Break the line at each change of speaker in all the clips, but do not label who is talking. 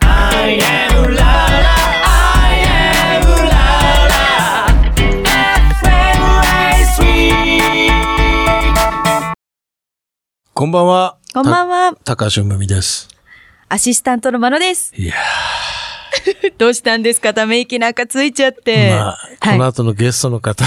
I am la la I am la la FM
こんばんは。
こんばんは、
た高橋むみです。
アシスタントのまのです。
いや
どうしたんですかため息なんかついちゃって。
ー、まあ、
はい
この後のゲストの方を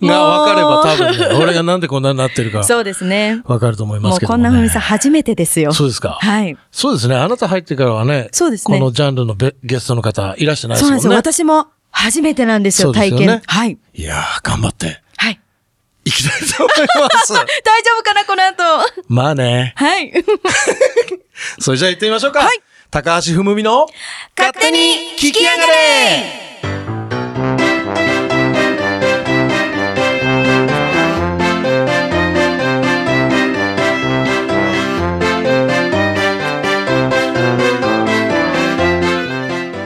もう
が分かれば多分、ね、俺がなんでこんなになってるか
そうですね。
分かると思いま
も
す
う
け
こ
ど
ん
も、ね。
なふみさん初めてですよ。
そうですか。
はい。
そうですね。あなた入ってからはね、
そうですね
このジャンルのベゲストの方いらしてないで
そう
すもんね。
なんですよ。私も初めてなんですよ、
そうです
体
よね
験。はい。
いやー、頑張って
はい。
いきたいと思い ます。
大丈夫かなこの後。
まあね。
はい。
それじゃあ行ってみましょうか。
はい
高橋文美の
勝手に聞きやがれ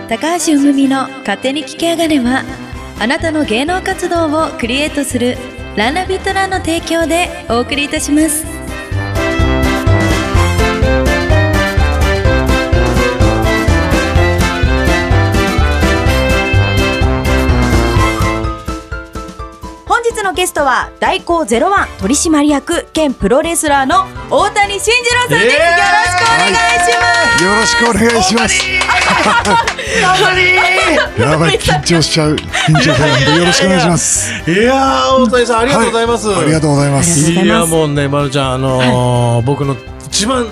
高橋うむみの勝手に聞きやがれはあなたの芸能活動をクリエイトするランナビットランの提供でお送りいたします本日のゲストは大光ゼロワン取締役兼プロレスラーの大谷慎二郎さんです、
えー
よろしくお願いします、
よろしくお願いします。やばい、緊張しちゃう。緊張しちゃうんで、よろしくお願いします。
いやー、大谷さんあ
あ
りがとうございます。
ありがとうございま
ありがとうござい
す。
ます
やもうね、まるちゃん、あのー僕の一番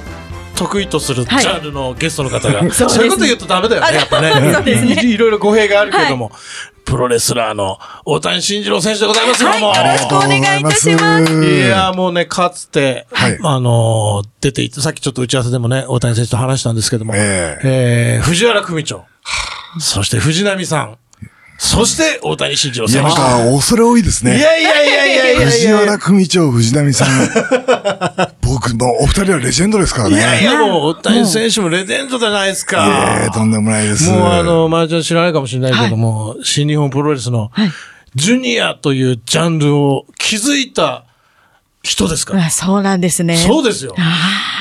得意とするジ
はい
ャンルのゲストの方が、
そうですね
そういうこと言うとダメだよね、やっぱね。
そうですね
いいろいろ語弊があるけれども、プロレスラーの大谷慎二郎選手でございますよ、
はい
もう。
よろしくお願いいたします
ありがとうござ
い
いま
やーもうね、かつて、
はい
あのー出ていって、さっきちょっと打ち合わせでもね、大谷選手と話したんですけども、
え
えー藤原組長、そして藤波さん、そして大谷慎二郎
す。いや、
選
なん
手。
か、恐れ多いです
い
ね。
やいやいやいやいやいや。
藤原組長、藤波 さん。僕のお二人はレジェンドですから
いやい
ね。
や、もう、大谷選手もレジェンドじゃないです
いえ
か。
とんでもないです。
もう、あ、の、まあ、ちゃん知らないかもしれないけども、新日本プロレスの、ジュニアというジャンルを築いた人ですから。
あそうなんですね。
そうですよ。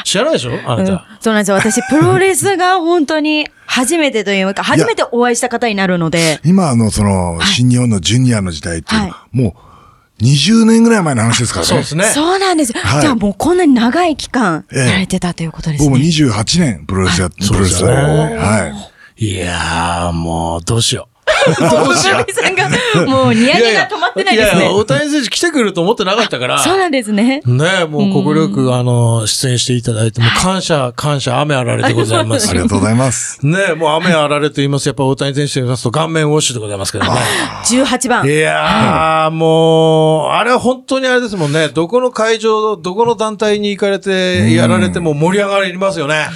知らないでしょあ
う
なんた。
そうなんですよ。私、プロレスが本当に初めてというか、初めてお会いした方になるので、
今、あの、その、新日本のジュニアの時代っていうのは、もう、20年ぐらい前の話ですから
そうで
ね。
すね。
そうなんです。
はい
じゃあもうこんなに長い期間
ええ
やれてたということです
僕も
ね。
28年プロレスやって、プロレスだ
そうですよね
はい。
いやー、もう、どうしよう。
渡辺さんが、もうニヤニヤが止まってないです
いやい
ね
や、。大谷選手来てくると思ってなかったから。
そうなんですね。
ねえ、もう心よく、あの、出演していただいて、もう感謝、感謝、雨あられでございます
あり。がとうございます。
ねえ、もう雨あられと言います。やっぱ大谷選手と言いますと顔面ウォッシュでございます けどね。
18番。
いやー、もう、あれは本当にあれですもんね。どこの会場、どこの団体に行かれて、やられても盛り上がりますよね。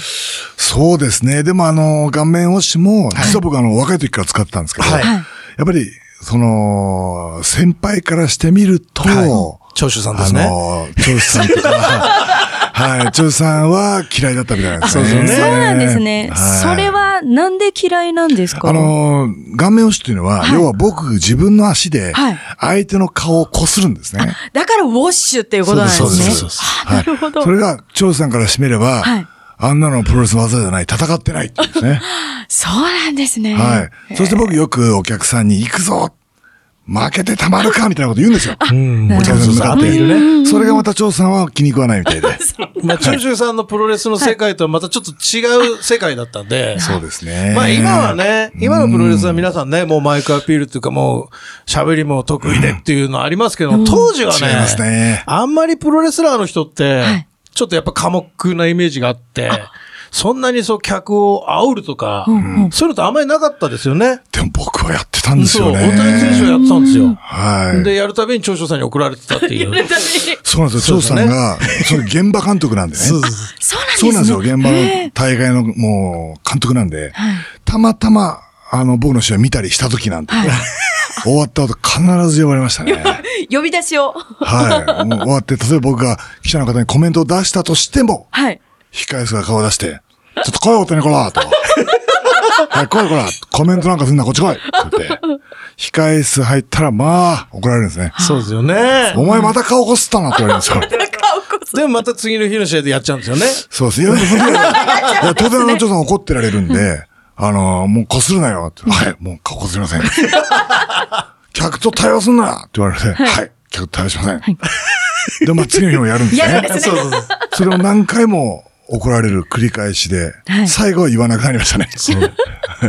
そうですね。でもあの、顔面ウォッシュも、実は僕あの、若い時から使ってたんですけど、
はい
やっぱり、その、先輩からしてみると、
長州さんで
あ
すね。
の、長州さんとか、 はい、長州さんは嫌いだったみたいなんですね。
そうなんですね。
はい
それはなんで嫌いなんですか
あのー、顔面押しというのは、
はい
要は僕自分の足で
はい、
相手の顔をこするんですね。
だからウォッシュっていうことなんですね。
そうですそうです
あなるほど
そ。れが、長州さんからしてみれば
はい、
あんなのプロレス技じゃない、戦ってないっていうんですね。
そうなんですね。
はい。そして僕よくお客さんに行くぞ負けてたまるかみたいなこと言うんですよ。
うん。
お客さんに向か
ア
っ
ピールね。
て。それがまた張さんは気に食わないみた いで。
まあ、長州さんのプロレスの世界とはまたちょっと違う世界だったんで。
そうですね。
まあ今は。ね、今のプロレスは皆さんね、もうマイクアピールっていうかもう喋りも得意でっていうのありますけど、当時は
違います
ね、
ね。
あんまりプロレスラーの人って
はい、
ちょっとやっぱ寡黙なイメージがあって、そんなにそう客を煽るとか、そういうのってあんまりなかったですよね。
でも僕はやってたんです
そう、
よね。
大谷選手はやってたんですよ。
はい。
で、やるたびに長所さんに怒られてたっていう。
そうなんですよ。張
そう
さ
ですね
んが、その現場監督なんでね。
そうなんです
そ
ね。
うなんですよ。現場の大会のもう監督なんで、たまたま、あの、僕の試合見たりした時なんて、 終わった後必ず呼ばれましたね。
呼び出しを。
はい。もう終わって、例えば僕が記者の方にコメントを出したとしても、
はい。
控え室が顔を出して、ちょっと来い、大谷こらと。 はい、来いこらコメントなんかすんな、こっち来いって言って、控え室入ったら、まあ、怒られるんですね。
そうですよね。
お前また顔こすったなって言われるんですよ。
でもまた次の日の試合でやっちゃうんですよね。
そうですね。いや、でもそれでいや当然、あの、ちょっと怒ってられるんで、あのーもうこするなよって。はい、もうこすりません。客と対応すんなって言われて、はい、客と対応しません。 で、まあ次の日もやるんですね。
やるんですね
そうそうそう それを何回も怒られる繰り返しで、
はい
最後は言わなくなりましたね。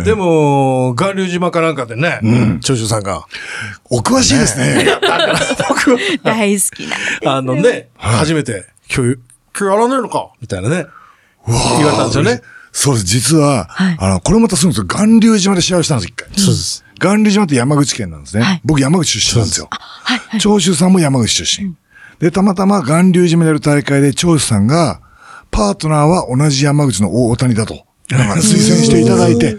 でも、巌流島かなんかでね、長州さんが、
お詳しいですね。
僕は、
大好きな。
あのね、初めて、今日、今日やらねえのかみたいなね、言われたんですよね。
そうです。実は、
はい
あの、これまたするんですよ。巌流島で試合をしたんです、一回。
そうです。
巌流島って山口県なんですね。
はい
僕山口出身なんですよ。
はい、はい。
長州さんも山口出身。で、たまたま巌流島でやる大会で長州さんが、パートナーは同じ山口の大谷だと、なんか推薦していただいて、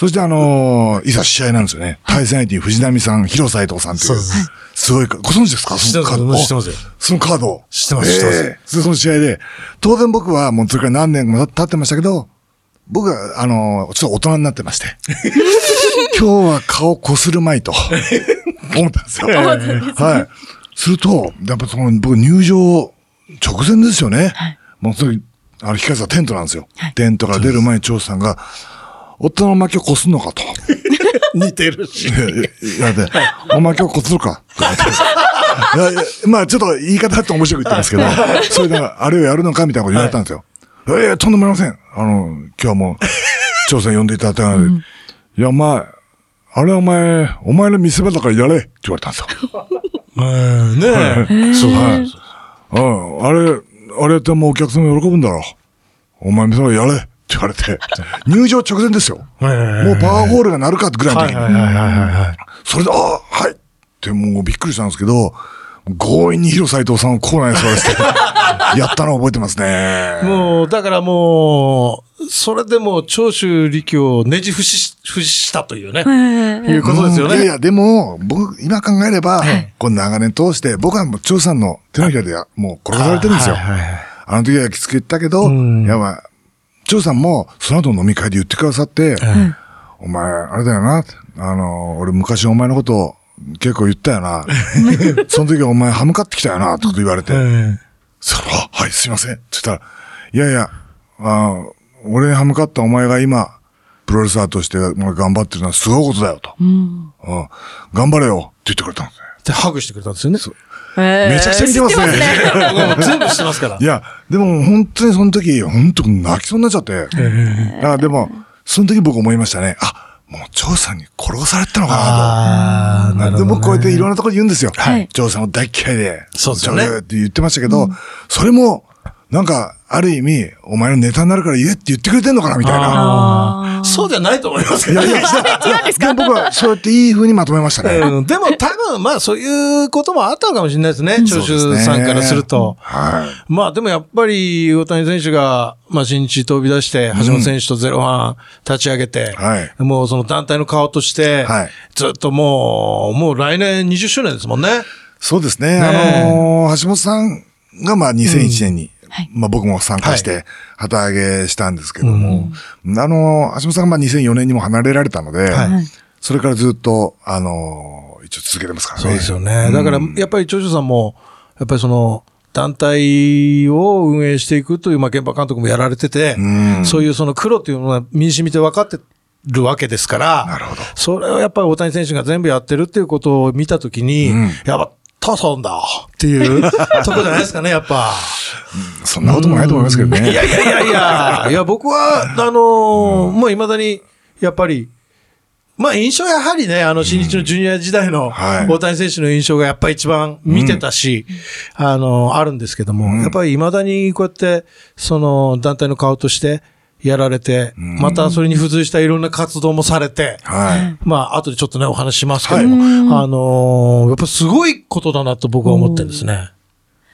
そしてあのーいざ試合なんですよね。対戦相手に藤波さん、広斎藤さんってい
そう
う。
です
すごいか、ご存知ですか
知っ
そ
て
の
ます
カ
知って
ード。
ますよ
そのカードを。
知ってます知ってます
ええでその試合で、当然僕はもうそれから何年も経ってましたけど、僕は、あのーちょっと大人になってまして。 今日は顔こするまいと、思ったんですよ。はい。すると、やっぱその、僕入場直前ですよね。もうそれ、あの、光さんテントなんですよ。テントから出る前に長州さんが、夫の巻きをこすんのかと。
似てるし。
いや、で、お前今日こつるかとか言っていやいやまあちょっと言い方だと面白く言ってますけど、それで、あれをやるのかみたいなこと言われたんですよ。いやいや、とんでもありません。あの、今日はもう、調査呼んでいただいたので、いや、お前、あれはお前、お前の見せ場だからやれって言われたんですよ。
うん、ね
そう、はい。うん、あれ、あれやってもうお客様喜ぶんだろう。お前見せ場やれって言われて、入場直前ですよ。
え。
もうパワーホールが鳴るかってぐらいの時
はい
に。
はいはいはいは
それで、ああ、はいってもうびっくりしたんですけど、強引に広斎藤さんをコーナーに座らせて、 やったのを覚えてます
い。
ね。
もう、だからもう、それでもう長州力をねじ伏し、伏したというね、いうことですよ
うんいやい
ね。
や、でも、僕、今考えれば、この長年通して、僕はもう、張さんの手のひらで、もう転がされてるんですよ。
はいはいはい
あの時はきつく言ったけど、
ん
やばい。張さんも、その後の飲み会で言ってくださって、お前、あれだよな。あの、俺昔お前のこと、結構言ったよな。 その時はお前歯向かってきたよな、ってこと言われて。
うん
その、あはい、すいません。って言ったら、いやいや、あー俺に歯向かったお前が今、プロレスラーとしてまあ頑張ってるのはすごいことだよと。うん頑張れよって言ってくれたんですね。
で、ハグしてくれたんですよね。
め
め
ちゃくちゃ似てますね。
僕はもう全部してますから
い。や、でも本当にその時、本当に泣きそうになっちゃって。あでも、その時僕思いましたね。あ、もう、張さんに殺されてたのかなと。
ああ、なるほ
で
ど。
僕こうやっていろんなところで言うんですよ。
はいはい
ジョーさんを大嫌いで。
そうですよね
ジョーって言ってましたけど、それも、なんか、ある意味、お前のネタになるから言えって言ってくれてんのかなみたいな。
あーそうじゃないと思いますけどね。
で僕はそうやっていい風にまとめましたね。
うんでも多分、まあそういうこともあったのかもしれないですね。長州さんからすると。
はい。
まあでもやっぱり、大谷選手が、まあ新日飛び出して、橋本選手とゼロワン立ち上げて、
はい
もうその団体の顔として、
はい
ずっともう、もう来年20周年ですもんね。
そうです
ね
ね。
え
あのー橋本さんが、まあ、2001年に、
はい
まあ、僕も参加して、旗揚げしたんですけども、あのー橋本さんが、まあ、2004年にも離れられたので、
はい
それからずっと、あのー一応続けてますからね。
そうですよね。だから、やっぱり長州さんも、やっぱりその、団体を運営していくという、まあ、現場監督もやられてて、そういうその苦労というのは身に染みて分かってるわけですから、
なるほど
それをやっぱり大谷選手が全部やってるっていうことを見たときに、
ん
やっぱ、トソンだっていうとこじゃないですかね、やっぱ。
そんなこともないと思いますけどね。
いやいやいやいや、いや、僕は、あのーもう未だに、やっぱり、まあ印象やはりね、あの新日のジュニア時代の
はい
大谷選手の印象がやっぱり一番見てたし、あの、あるんですけども、やっぱり未だにこうやって、その団体の顔としてやられて、またそれに付随したいろんな活動もされて、
はい。
まあ後でちょっとね、お話ししますけども、あのーやっぱすごいことだなと僕は思ってるんですね。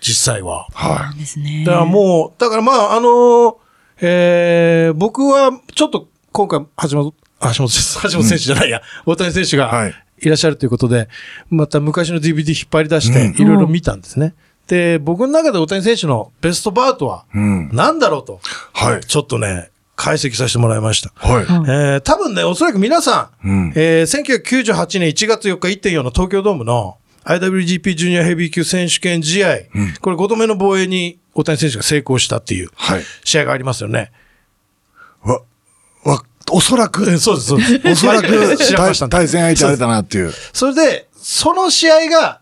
実際は。
は
ですね。
だからもう、だからまあ、あのーえー僕はちょっと今回、橋本、橋本選手、 橋本選手じゃないや、大谷選手
は
が
い。
いらっしゃるということで、また昔の DVD 引っ張り出して、いろいろ見たんですね。で、僕の中で大谷選手のベストバウトはい
う、ん。
なんだろうと、
はい。
ちょっとね、解析させてもらいました。
はい。
えー多分ね、おそらく皆さん、
うん
えー1998年1月4日1.4の東京ドームの IWGP ジュニアヘビー級選手権試合、これ5度目の防衛に大谷選手が成功したっていう
はい。
試合がありますよね。
わ、わ、大おそらく、
そうです、そうです。
おそらく
知らんました
対対戦相手あれだなっていう。
それで、その試合が、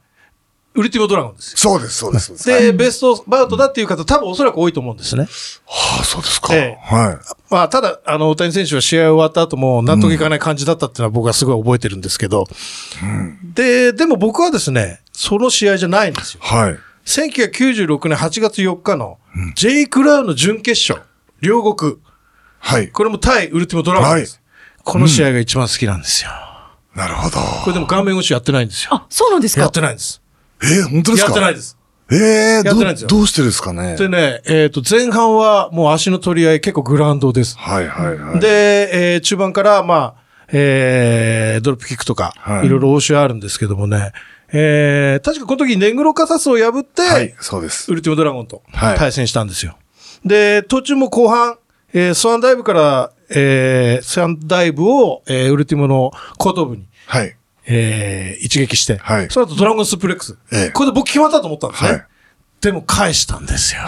ウルティモドラゴンですよ。
そうです、そうです。そうです
で、
はい
ベストバウトだっていう方、多分おそらく多いと思うんですね。
はあ、そうですか。
ええ
は
まあ、ただ、あの、大谷選手は試合終わった後も、納得いかない感じだったっていうのは僕はすごい覚えてるんですけど、で、でも僕はですね、その試合じゃないんですよ。
い。はい。
1996年8月4日の、ジェイ・クラウンの準決勝、両国。
はい。
これも対ウルティモドラゴンです。この試合が一番好きなんですよ。
なるほど。
これでも顔面越しやってないんですよ。
あ、そうなんです
や
か
ってないんです。
えー、本当です
や
か
ってないです。
ええ
やってない
ど
ですよ
どうしてですかね
でね、えっ、と、前半はもう足の取り合い結構グラウンドです。
はいはいはい。
で、えー中盤から、まあ、えードロップキックとか、
はい
い、ろいろ応酬あるんですけどもね、えー確かこの時ネグロカサスを破って、
はい、そうです
ウ。ルティモドラゴンと
はい
対戦したんですよ。で、途中も後半、えースワンダイブから、えースワンダイブを、えーウルティモの後頭部に、
はい。
えー一撃して、
はい
その後ドラゴンスープレックス。
ええ
これで僕決まったと思ったんですね。
はい
でも返したんですよ。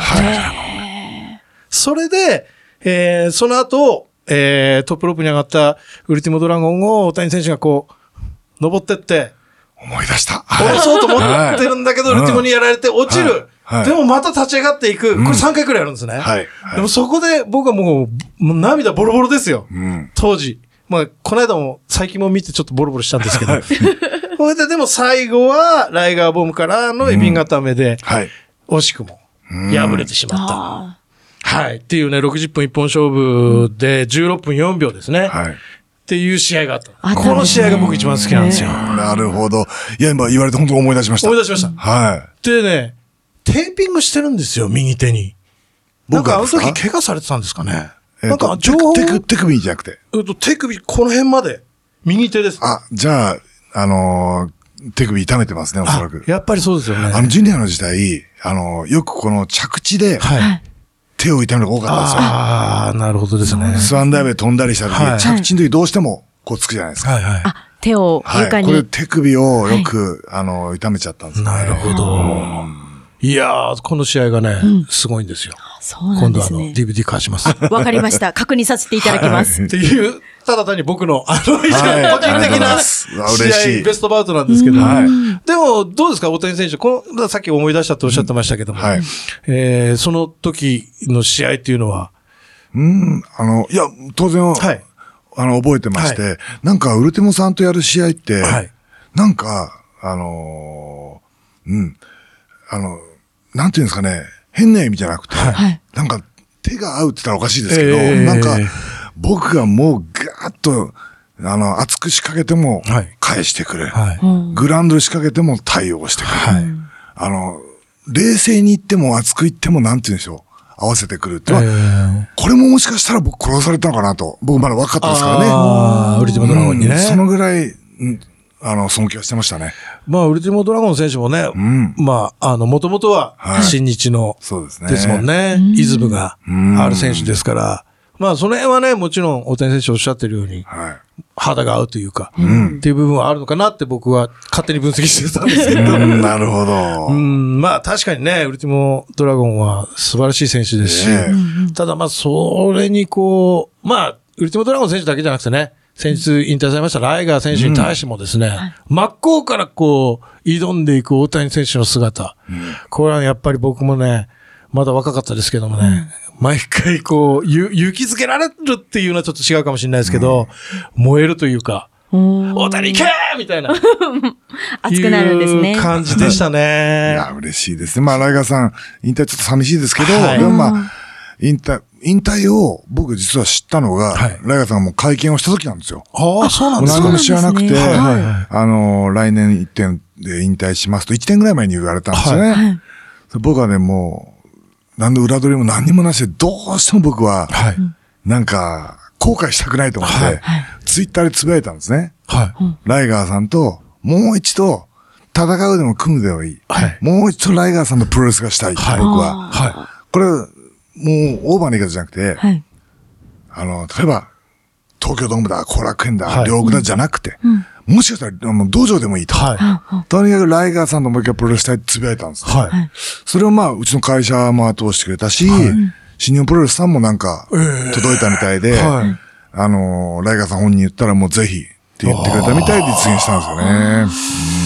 それで、えーその後、えートップロープに上がったウルティモドラゴンを大谷選手がこう、登ってって、
思い出した。
下ろ
は
そうと思ってるんだけど、
はい
ウルティモにやられて落ちる。
はいはい
でもまた立ち上がっていく。これ3回くらいあるんですね。
はいはい
でもそこで僕はもう、もう涙ボロボロですよ。
い。うん。
当時。まあ、この間も、最近も見てちょっとボロボロしたんですけど。 それで、でも最後は、ライガーボムからのエビン固めで、
はい。
惜しくも、敗れてしまった。
あ
はい。っていうね、60分一本勝負で、16分4秒ですね。
はい。
っていう試合があった。
あったんですね
この試合が僕一番好きなんですよ。
なるほど。いや、今言われて本当に思い出しました。
思い出しました。
は
でね、テーピングしてるんですよ、右手に。なん
僕
か
は
あ
で
の
すか
時怪我されてたんですかね。
い。
なんか情報、
手首、手首じゃなくて。
えっと手首、この辺まで、右手です。
あ、じゃあ、あのー手首痛めてますね、おそらく。
やっぱりそうですよね。
あの、ジュニアの時代、あのーよくこの着地で
はい。
手を痛めるのが多かったんですよ。
ああ、なるほどですね。
スワンダイブで飛んだりした時、
はい
着地の時どうしてもこうつくじゃないですか。
はいはい。
あ、手を
はい。
床
これ
に。
手首をよく、あの、痛めちゃったんですね。
なるほど。いやー、この試合がね、すごいんですよ。
そうな
今
んで
度あ
す
の、
ね。
DVD 化します。っ
わかりま した。確認させていただきます。
ていう、ただ単に僕の、あの、個人
はいありがとうご
的
ざい
な
ますうわ嬉しい
試合、ベストバウトなんですけど、
はい
でも、どうですか、大谷選手、このさっき思い出したとおっしゃってましたけども、
はい
えーその時の試合っていうのは、
うん。あの、いや、当然、
はい
あの、覚えてまして、なんか、ウルテモさんとやる試合って、
はい
なんか、あのーうん。あの、なんていうんですかね、変な意味じゃなくて、
はい
なんか、手が合うって言ったらおかしいですけど、
ええ
なんか、僕がもうガーッと、あの、熱く仕掛けても
はい、
返してくれる。
はい
グラウンドで仕掛けても対応してくれ
は
る。
い
あの、冷静に言っても熱く言っても、なんて言うんでしょう。合わせてくるっていうのは、
え
これももしかしたら僕殺されたのかなと。僕まだ若かったですからね。
あーウルティモドラゴンにね
うんそのぐらい、うんあの、尊敬はしてましたね。
まあ、ウルティモドラゴン選手もね、
ん
まあ、あの、もともとは
は、い
新日の、
そうですね。
ですもんね。イズムが
うん
ある選手ですから。まあ、その辺はね、もちろん、大谷選手おっしゃってるように、
は
肌が合うというか、っていう部分はあるのかなって僕は勝手に分析してたんですけ
い。
ど。
うんなるほど
う。ん、まあ確かにね、ウルティモドラゴンは素晴らしい選手ですし、
ねえ
ただまあそれにこう、まあ、ウルティモドラゴン選手だけじゃなくてね、先日引退されましたライガー選手に対してもですね、真っ向からこう、挑んでいく大谷選手の姿、これはやっぱり僕もね、まだ若かったですけどもね、毎回こう、ゆ勇気づけられるっていうのはちょっと違うかもしれないですけど、燃えるというか、大谷行けーみたいな。
熱くなるんですね
いう。感じでした
い
ね。
や、嬉しいですね。まあ、ライガーさん、引退ちょっと寂しいですけど、
はい
でもまあ、引退、引退を僕実は知ったのが、
はい
ライガーさんがもう会見をした時なんですよ。
ああ、そうなんです
何
か
も。知らなくて、
そうなんですねはい
はい
あの、来年1点で引退しますと、1点ぐらい前に言われたんですよね。
はい
それ僕はね、もう、何の裏取りも何にもなしで、どうしても僕は、
はい。
なんか、後悔したくないと思って、
はい
はい
ツイッターでつぶやいたんですね。
はい。
ライガーさんと、もう一度、戦うでも組むでもいい。
はい
もう一度ライガーさんのプロレスがしたい、
はい
僕は。
は
これ、もう、オーバーな言い方じゃなくて、
はい。
あの、例えば、東京ドームだ、後楽園だ、
はい
両国だじゃなくて、もしかしたら、あの、道場でもいい
い。
と。
は
とにかくライガーさんともう一回プロレスしたいってつぶやいたんです
い。。はい。
それをまあ、うちの会社も後押してくれたし、新日本プロレスさんもなんか、届いたみたいで、
はい
あのー、ライガーさん本人言ったらもうぜひって言ってくれたみたいで実現したんですよね。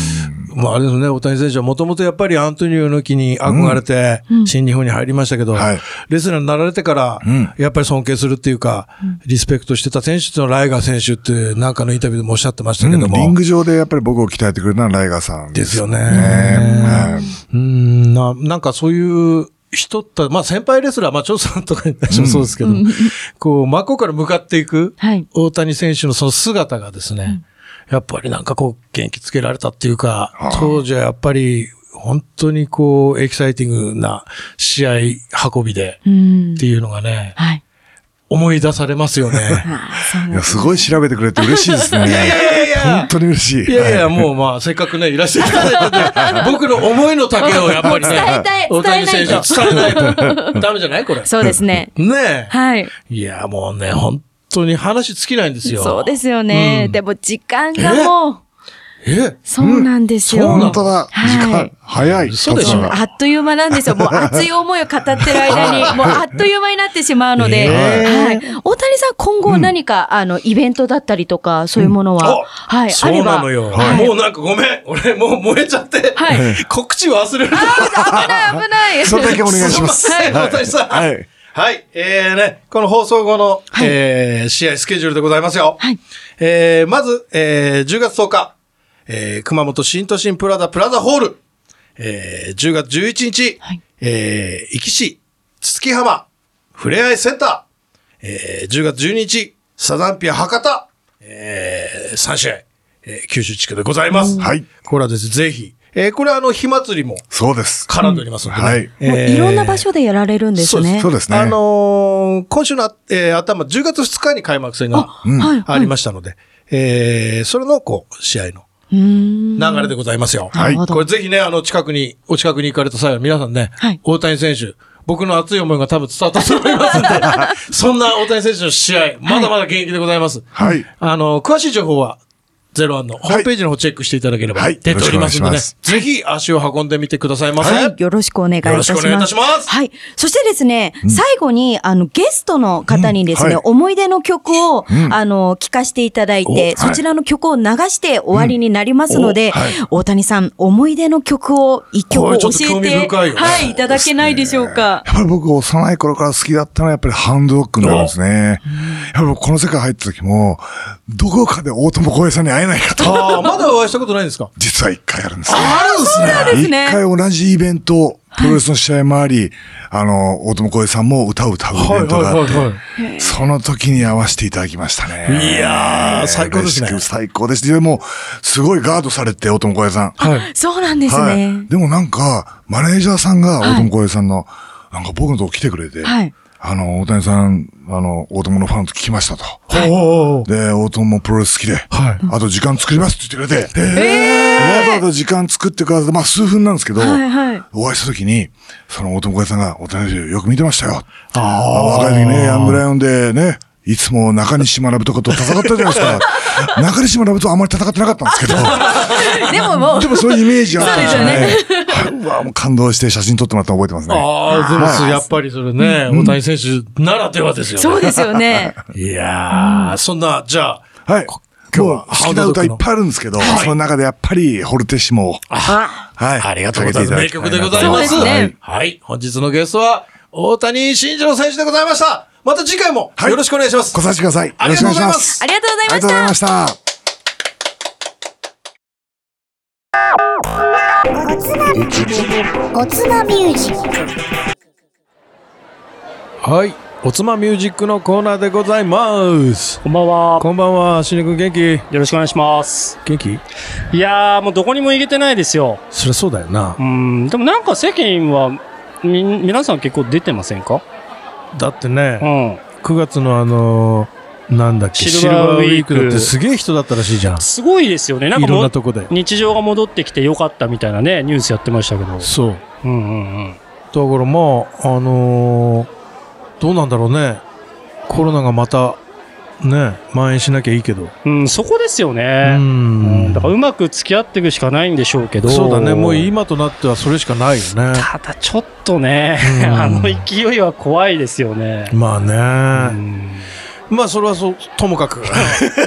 まあ、あれですね、大谷選手はもともとやっぱりアントニオ猪木に憧れて、新日本に入りましたけど、
はい
レスラーになられてから、
ん
やっぱり尊敬するっていうか、リスペクトしてた選手っていうのはライガー選手って、なんかのインタビューでもおっしゃってましたけど
うん
も。
リング上でやっぱり僕を鍛えてくれたのはライガーさん
ですよね。
はい
うん、な、なんかそういう人って、まあ先輩レスラー、まあ張さんとかに対してもそうですけど、こう、真っ向から向かっていく
はい、
大谷選手のその姿がですね、やっぱりなんかこう、元気つけられたっていうか、当時はやっぱり、本当にこう、エキサイティングな試合運びで、
うん
っていうのがね、
はい。
思い出されますよね。
ああ、そう
いや、すごい調べてくれて嬉しいですね。
やいや
本当に嬉しい。
いやい
は
や、もうまあ、せっかくね、いらっしゃったので、 僕の思いの丈をやっぱりね、
伝えたい
大谷選手は伝え ないと。ダメじゃないこれ。
そうですね。
ね
はい。
え。いや、もうね、本当に話尽きないんですよ。
そうですよね。でも時間がもう、
え
そうなんですよ。
そうな
本
ん
当だ。
はい
時間、早い。
嘘でしょ
経つのが
あっという間なんですよ。もう熱い思いを語ってる間に、もうあっという間になってしまうので、
ねえ
はい。大谷さん、今後何か、あの、イベントだったりとか、そういうものは、
お
はい、
そ
あれ
う
ば。
なのよ。
はい
もうなんかごめん。俺もう燃えちゃって。
はい
告知忘れる。
危ない、危ない。
それだけお願いします。
すいません、大谷さん。
は
はいい。えーね、この放送後の、
はい
えー試合スケジュールでございますよ。
はい
えーまず、えー10月10日、えー熊本新都心プラザプラザホール、えー10月11日、
はい
えー壱岐市、月浜、ふれあいセンター、えー10月12日、サザンピア博多、えー3試合、えー九州地区でございます。
はい。
これはですね、ぜひ、えーこれはあの、火祭りも
そうです。
絡んでおりますのでね、
はい。
もういろんな場所でやられるんですね。
そうですね。
あのー今週のあ、えー頭、10月2日に開幕戦が
あはい
ありましたので、えーそれの、こう、試合の
うーん。
流れでございますよ。
なるほど
これぜひね、あの、近くに、お近くに行かれた際は皆さんね、
はい
大谷選手、僕の熱い思いが多分伝わったと思いますんで、そんな大谷選手の試合、まだまだ現役でございます。
はい。
あの、詳しい情報は、ゼロワンのホームページの方チェックしていただければ、
はい
出ておりますので、
よろ
ね
し、
ぜひ足を運んでみてくださいませ。
はい、よろしくお願いいたします。
よろしくお願いいたします
はい。そしてですね、最後に、あの、ゲストの方にですね、
うんはい
思い出の曲を、あの、聴かせていただい
おはい
て、そちらの曲を流して終わりになりますので、大谷さん、思い出の曲を一曲
これ
教え
ちょっと興味
て、
深いよね
はい、いただけないでしょうか。
やっぱり僕、幼い頃から好きだったのは、やっぱりハンドドッグになるんですね。やっぱりこの世界入った時も、どこかで大友康平さんに会えないかと、
ああ、まだお会いしたことないんですか
実は一回あるんですね。
あるんすね。
そうですね
一回同じイベント、プロレスの試合もあり、あの、大友康平さんも歌を歌うイベントがあって、その時に会わせていただきましたね。
いやー最高ですね
嬉しく最高です。でも、すごいガードされて、大友康平さん。
はい。
そうなんです
はい。
ね。
でもなんか、マネージャーさんが、大友康平さんの、なんか僕のとこ来てくれて、
はい。
あの、大谷さん、あの、大友のファンと聞きましたと。
おー
で、大友もプロレス好きで、
はい
あと時間作りますって言ってくれて、わざわざ時間作ってくださって、まあ数分なんですけど、
はいはい
お会いした時に、その大友会さんが、大谷選手よく見てましたよ。
あ
若い時ね、ヤングライオンでね、いつも中西学とかと戦ったじゃないです か。中西学とあんまり戦ってなかったんですけど、
でももう
で、もそういうイメージがあったんですよね。
そう
はいうわ、もう感動して写真撮ってもらったの覚えてますね。
あー、でもそうやっぱりそれね、大谷選手ならではですよね。
そうですよね。
いやー、そんな、じゃあ、
はい。
今
今
日
日
は
は好きな歌いっぱいあるんですけど、その中でやっぱり、ホルテシモを。はい。
ありがとうございます。名曲でござい
そう
ま。
ですすね
はい。本日のゲストは、大谷慎二郎選手でございました。また次回もよろしくお願いします
ご。参してください。よ
あり
ろ
が
し
とう
くお
ございま
願いしますす。
ありがとうご
あ
ざ
りが
いま
とう
し
ござい
た
ま。した。
おつまミュージック
はい。おつまミュージックのコーナーでございます。
こんばんは。
こんばんは、しにくん元気
よろしくお願いします。
元気
いやー、もうどこにも行けてないですよ。
そりゃそうだよな
う。ん、でもなんか世間は、み、皆さん結構出てませんか
だってね
う、ん。
9月のあのーなんだっけ
シルバーウィー
シ
ク
ルだってすげえ人だったらしいじゃん
すごいですよね。なん
い
か
ろん
も
な
う、
とこで
日常が戻ってきてよかったみたいなね、ニュースやってましたけど。
そうだ
うんうんうん。
からまああのーどうなんだろうねコロナがまたね蔓延しなきゃいいけど
うん、そこですよ
う
ね。うん、
ん
だからうまく付き合っていくしかないんでしょうけど。
そうだねもう今となってはそれしかないよね
ただちょっとね、
う ん
あの勢いは怖いですよね。
まあ
う
ね、
ん
まあ、それはそう、ともかく。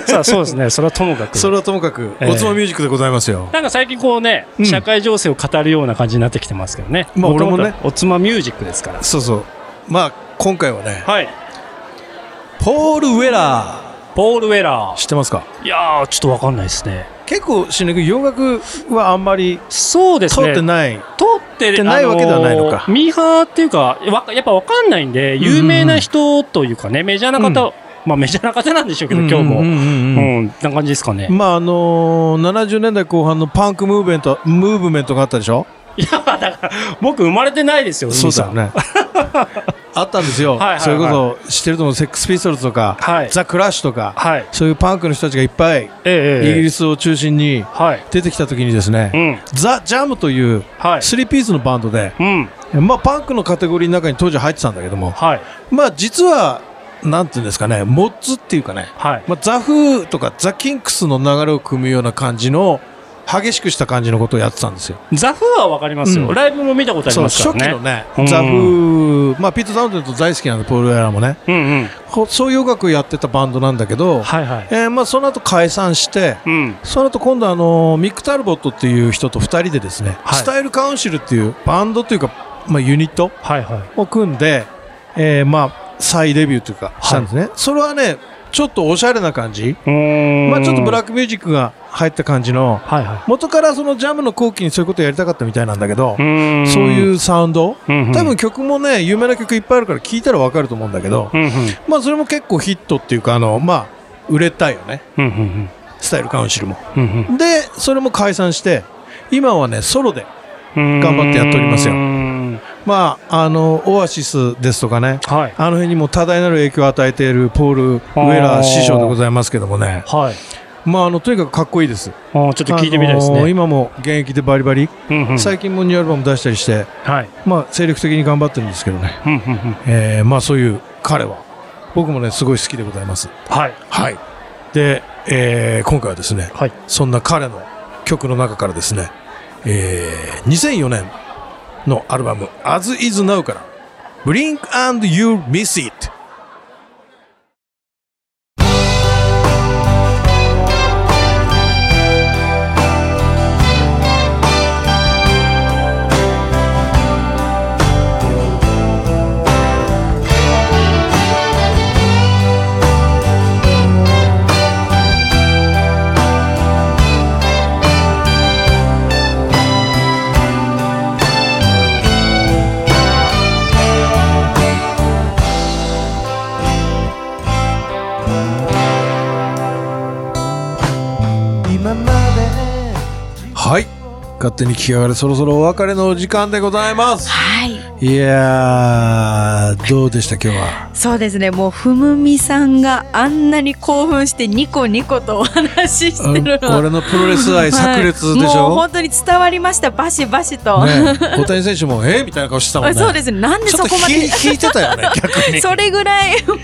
さあ、そうですね。それはともかく。
それはともかく、
ええ
おつまみミュージックでございますよ。
なんか最近こうね、
うん
社会情勢を語るような感じになってきてますけどね。
まあ
とと
俺もね。
おつまミュージックですから。
そうそう。まあ、今回はね、
はい。
ポール・ウェラ
ポール・ウェラ
ー。知ってますか
ー。いやー、ちょっとわかんないですね。
結構、しんく洋楽はあんまり
そうです
通
ね。
ってない。
通って
ってないわけではないのか
あミーハーっていうか、わやっぱわかんないんで、有名な人というかね、メジャーな方、まあメジャーな方なんでしょうけど、今日も。
ううん
うんん、
うんうん
な感じですかね。
まああのー、70年代後半のパンクムーブメントムーブメントがあったでしょ
いや、だから、僕生まれてないですよ、
よ ねあったんですよ、
はいはいはい
それこそ知ってると思うセックスピストルズとか、
はい
ザ・クラッシュとか、
はい
そういうパンクの人たちがいっぱい
ええええ
イギリスを中心に
はい。
出てきた時にですね、
うん。
ザ・ジャムという
はい。
3ピースのバンドで、
うん。
まあ、パンクのカテゴリーの中に当時入ってたんだけども、
はい。
まあ、実はなんていうんですかねモッツっていうかね、
はい。
まあ、ザ・フーとかザ・キンクスの流れを組むような感じの激しくした感じのことをやってたんですよ。
ザ・フーはわかりますよ、
うん
ライブも見たことあり
そう
ます
初
から
期の
ね。
ね、
うん
ザ・フー、まあ、ピート・ダウンテンと大好きなんでポール・ウェラーもね
うんうん。
こそういう音楽をやってたバンドなんだけど、
はいはい。
えーまあ、その後解散して
うん。
その後今度あのミック・タルボットっていう人と2人でですね、
はい
スタイル・カウンシルっていうバンドというか、まあ、ユニット
はいはい。
を組んで、えーまあ、再デビューというかしたんですね、それはねちょっとおしゃれな感じ、
うーん。
まあ、ちょっとブラッ
ク。
クミュージックが入った感じの
はいは
元からそのジャムの後期にそういうことやりたかったみたいなんだけど
い。う、ーん。。
そういううサウンド、
うんうん、
多分曲もね有名な曲いっぱいあるから聴いたらわかると思うんだけど、
うんうん。
まあそれも結構ヒットっていうかあのまあ売れたよね
うんうん
スタイルカウンシルも
うん。うん
でそれも解散して今はねソロで
うん。
頑張ってやっておりますよ
うーん
まああのオアシスですとかね
はい。
あの辺にも多大なる影響を与えているポール・ウェラー師匠でございますけどもね
はい。
まああのとにかくかっこいいです
あーちょっと聞いてみたいです
あの
ね。
今も現役でバリバリ、
うんうん。
最近もニューアルバム出したりして
はい。
まあ精力的に頑張ってるんですけどね
うんうんうん。
えーまあそういう彼は僕もねすごい好きでございます
はい。
はいで、えー今回はですね
はい。
そんな彼の曲の中からですね、えー2004年のアルバム「As Is Now」から「Blink and You Miss It」はい勝手に聞き上がれそろそろお別れのお時間でございます
はい。
いやーどうでした今日 は
そうですね。もう、ふむみさんがあんなに興奮してニコニコとお話ししてるの
俺のプロレス愛炸裂でし
はいもう
ょ、
本当に伝わりました。バシバシと。
ね大谷選手も「えみたいな顔してたもんね
そうですね。なんで
ち
そ
ょっと
こま
ひ
で。
引いてたよ ね逆に
それぐらい、も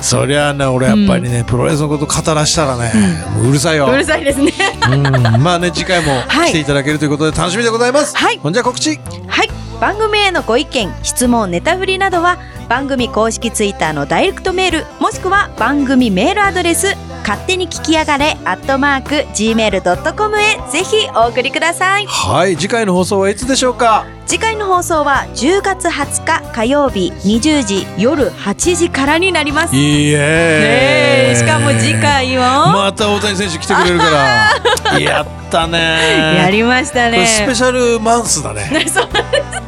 そりゃあね俺やっぱりね、プロレスのこと語らしたらね、もううるさいよ
う、うるさいです ね。
うんまあね次回も
はい
来ていただけるということで楽しみでございます、
はい
ほんじゃ告知
はい番組へのご意見質問ネタ振りなどは番組公式ツイッターのダイレクトメールもしくは番組メールアドレス勝手に聞きやがれアットマーク gmail.com へぜひお送りください
はい次回の放送はいつでしょうか
次回の放送は10月20日火曜日20時夜8時からになります
いい
ね
え
えしかも次回は、
また大谷選手来てくれる からやったね
やりました
これス
ね
ペシャルマンスだね
そう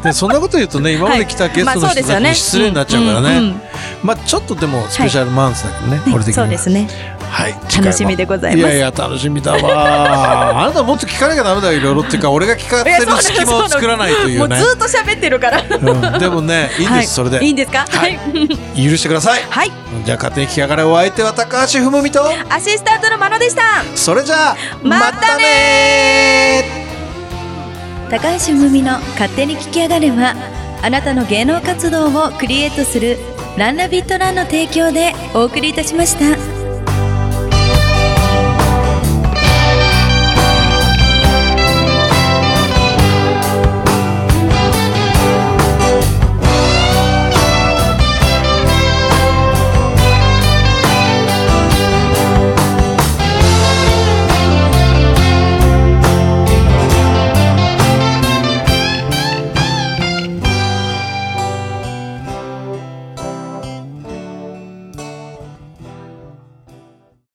でそんなこと言うとね今まで来たゲストの人たちに失礼になっちゃうからね,、
ん
ま
ん
あちょっとでもスペシャルマンスだけどね、
うん
俺的に
そう
は
ですね
はい次回も
楽しみでござい
い
ます
やいや楽しみだ わあなたもっと聞かなきゃダメだよいろいろっていうか俺が聞かせ
いやそう
る
なの
隙間を作らないとい
も
う
うず
ね
ーっと喋ってるから
うんでもねいいんです、そ
は
れで
いいんですか
は
はいい
許してください
はい
じゃあ勝手に聞きやがれお相手は高橋文美と
アシスタントのまのでした
それじゃあ
また
ねー
高橋むみの勝手に聞きやがれはあなたの芸能活動をクリエイトするランナビットランの提供でお送りいたしました。